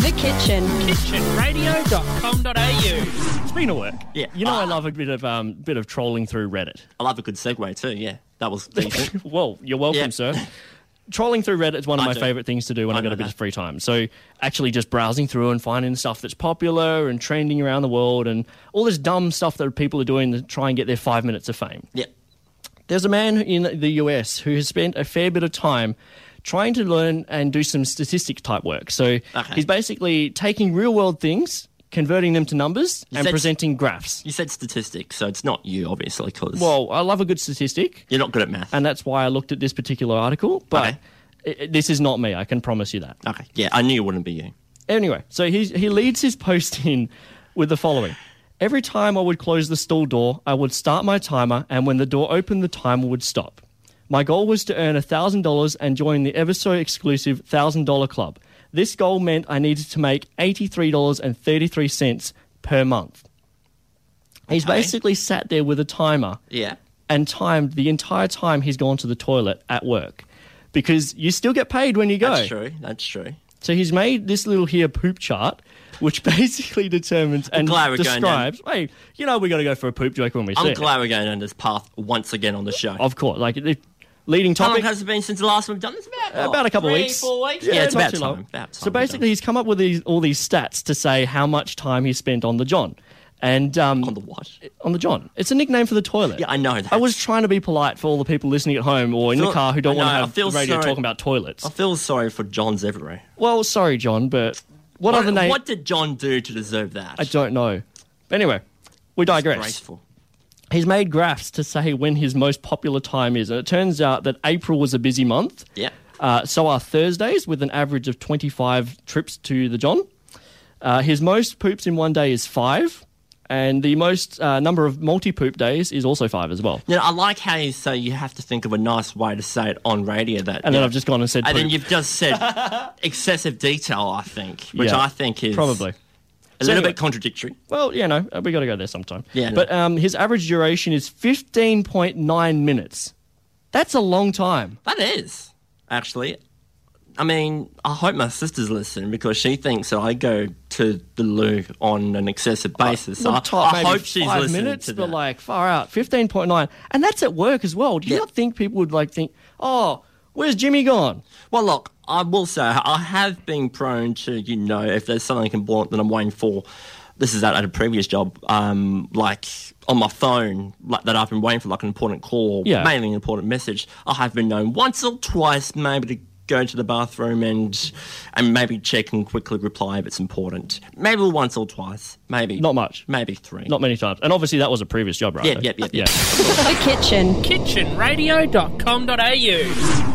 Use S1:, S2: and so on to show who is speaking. S1: The kitchen.
S2: kitchenradio.com.au. Speaking of work,
S3: Yeah.
S2: you know I
S3: Ah.
S2: love a bit of um, bit of trolling through Reddit.
S3: I love a good segue too. Yeah, that was decent.
S2: Well, you're welcome,
S3: Yeah.
S2: sir. Trolling through Reddit is one of
S3: I
S2: my
S3: do.
S2: favourite things to do when
S3: I
S2: I've got a
S3: know
S2: bit
S3: that.
S2: of free time. So, actually, just browsing through and finding stuff that's popular and trending around the world and all this dumb stuff that people are doing to try and get their five minutes of fame.
S3: yeah,
S2: There's a man in the US who has spent a fair bit of time trying to learn and do some statistic type work. So he's basically taking real world things, converting them to numbers, and
S3: said-
S2: presenting graphs.
S3: you said statistics, so it's not you, obviously, because
S2: Well, I love a good statistic,
S3: you're not good at math.
S2: and that's why I looked at this particular article, but
S3: Okay.
S2: i- i- this is not me, I can promise you that.
S3: okay, yeah, I knew it wouldn't be you.
S2: Anyway, so he, he leads his post in with the following. Every time I would close the stall door, I would start my timer, and when the door opened, the timer would stop. My goal was to earn $1,000 and join the ever so exclusive $1,000 club. This goal meant I needed to make $83.33 per month. He's
S3: Okay.
S2: basically sat there with a timer
S3: Yeah,
S2: and timed the entire time he's gone to the toilet at work because you still get paid when you go.
S3: that's true. That's true.
S2: So he's made this little here poop chart, which basically determines and
S3: glad we're going down.
S2: describes. Hey, you know we got to go for a poop joke when we see
S3: I'm
S2: it.
S3: glad we're going down this path once again on the show.
S2: Of course, like the leading
S3: How long
S2: topic.
S3: has it been since the last one we've done this? About,
S2: About a couple
S3: three,
S2: weeks.
S3: Four weeks. Yeah, it's
S2: not
S3: about
S2: too
S3: time.
S2: long.
S3: About time.
S2: So basically, he's come up with these, all these stats to say how much time he spent on the John, and um,
S3: on the watch.
S2: on the John. It's a nickname for the toilet.
S3: Yeah, I know that.
S2: I was trying to be polite for all the people listening at home or in the
S3: Feel-
S2: car who don't
S3: I
S2: want to
S3: know, I
S2: have the
S3: feel
S2: radio
S3: sorry.
S2: talking about toilets.
S3: I feel sorry for John's everywhere.
S2: well, sorry, John, but what,
S3: What,
S2: other name?
S3: what did John do to deserve that?
S2: I don't know. Anyway, we digress.
S3: Graceful.
S2: he's made graphs to say when his most popular time is. And it turns out that April was a busy month.
S3: Yeah.
S2: Uh, so are Thursdays, with an average of 25 trips to the John. Uh, his most poops in one day is five. And the most uh, number of multi poop days is also five as well.
S3: You know, I like how you say you have to think of a nice way to say it on radio. That
S2: And
S3: you
S2: then
S3: know,
S2: I've just gone and said
S3: and then
S2: poop.
S3: you've just said excessive detail. I think, which
S2: Yeah,
S3: I think is
S2: Probably.
S3: a little
S2: anyway-
S3: bit contradictory.
S2: Well, you know, uh, we got to go there sometime.
S3: Yeah.
S2: But um, his average duration is 15.9 minutes. That's a long time.
S3: That is actually. I mean, I hope my sister's listening because she thinks that I go to the loo on an excessive basis. So
S2: Well,
S3: I,
S2: top
S3: I
S2: maybe
S3: hope she's
S2: five
S3: listening
S2: minutes,
S3: to
S2: but
S3: that.
S2: like far out, fifteen point nine, and that's at work as well. Do you
S3: Yeah.
S2: not think people would like think, oh, where's Jimmy gone?
S3: Well, look, I will say I have been prone to, you know, if there's something important that I'm waiting for. This is at, at a previous job, um, like on my phone, like that I've been waiting for, like an important call,
S2: Yeah.
S3: mainly an important message. I have been known once or twice, maybe to go to the bathroom and and maybe check and quickly reply if it's important. Maybe once or twice, maybe
S2: Not much.
S3: maybe three.
S2: Not many times, and obviously that was a previous job, right?
S3: Yeah, yeah, yeah, yeah.
S1: The kitchen.
S2: yeah. Kitchenradio.com.au.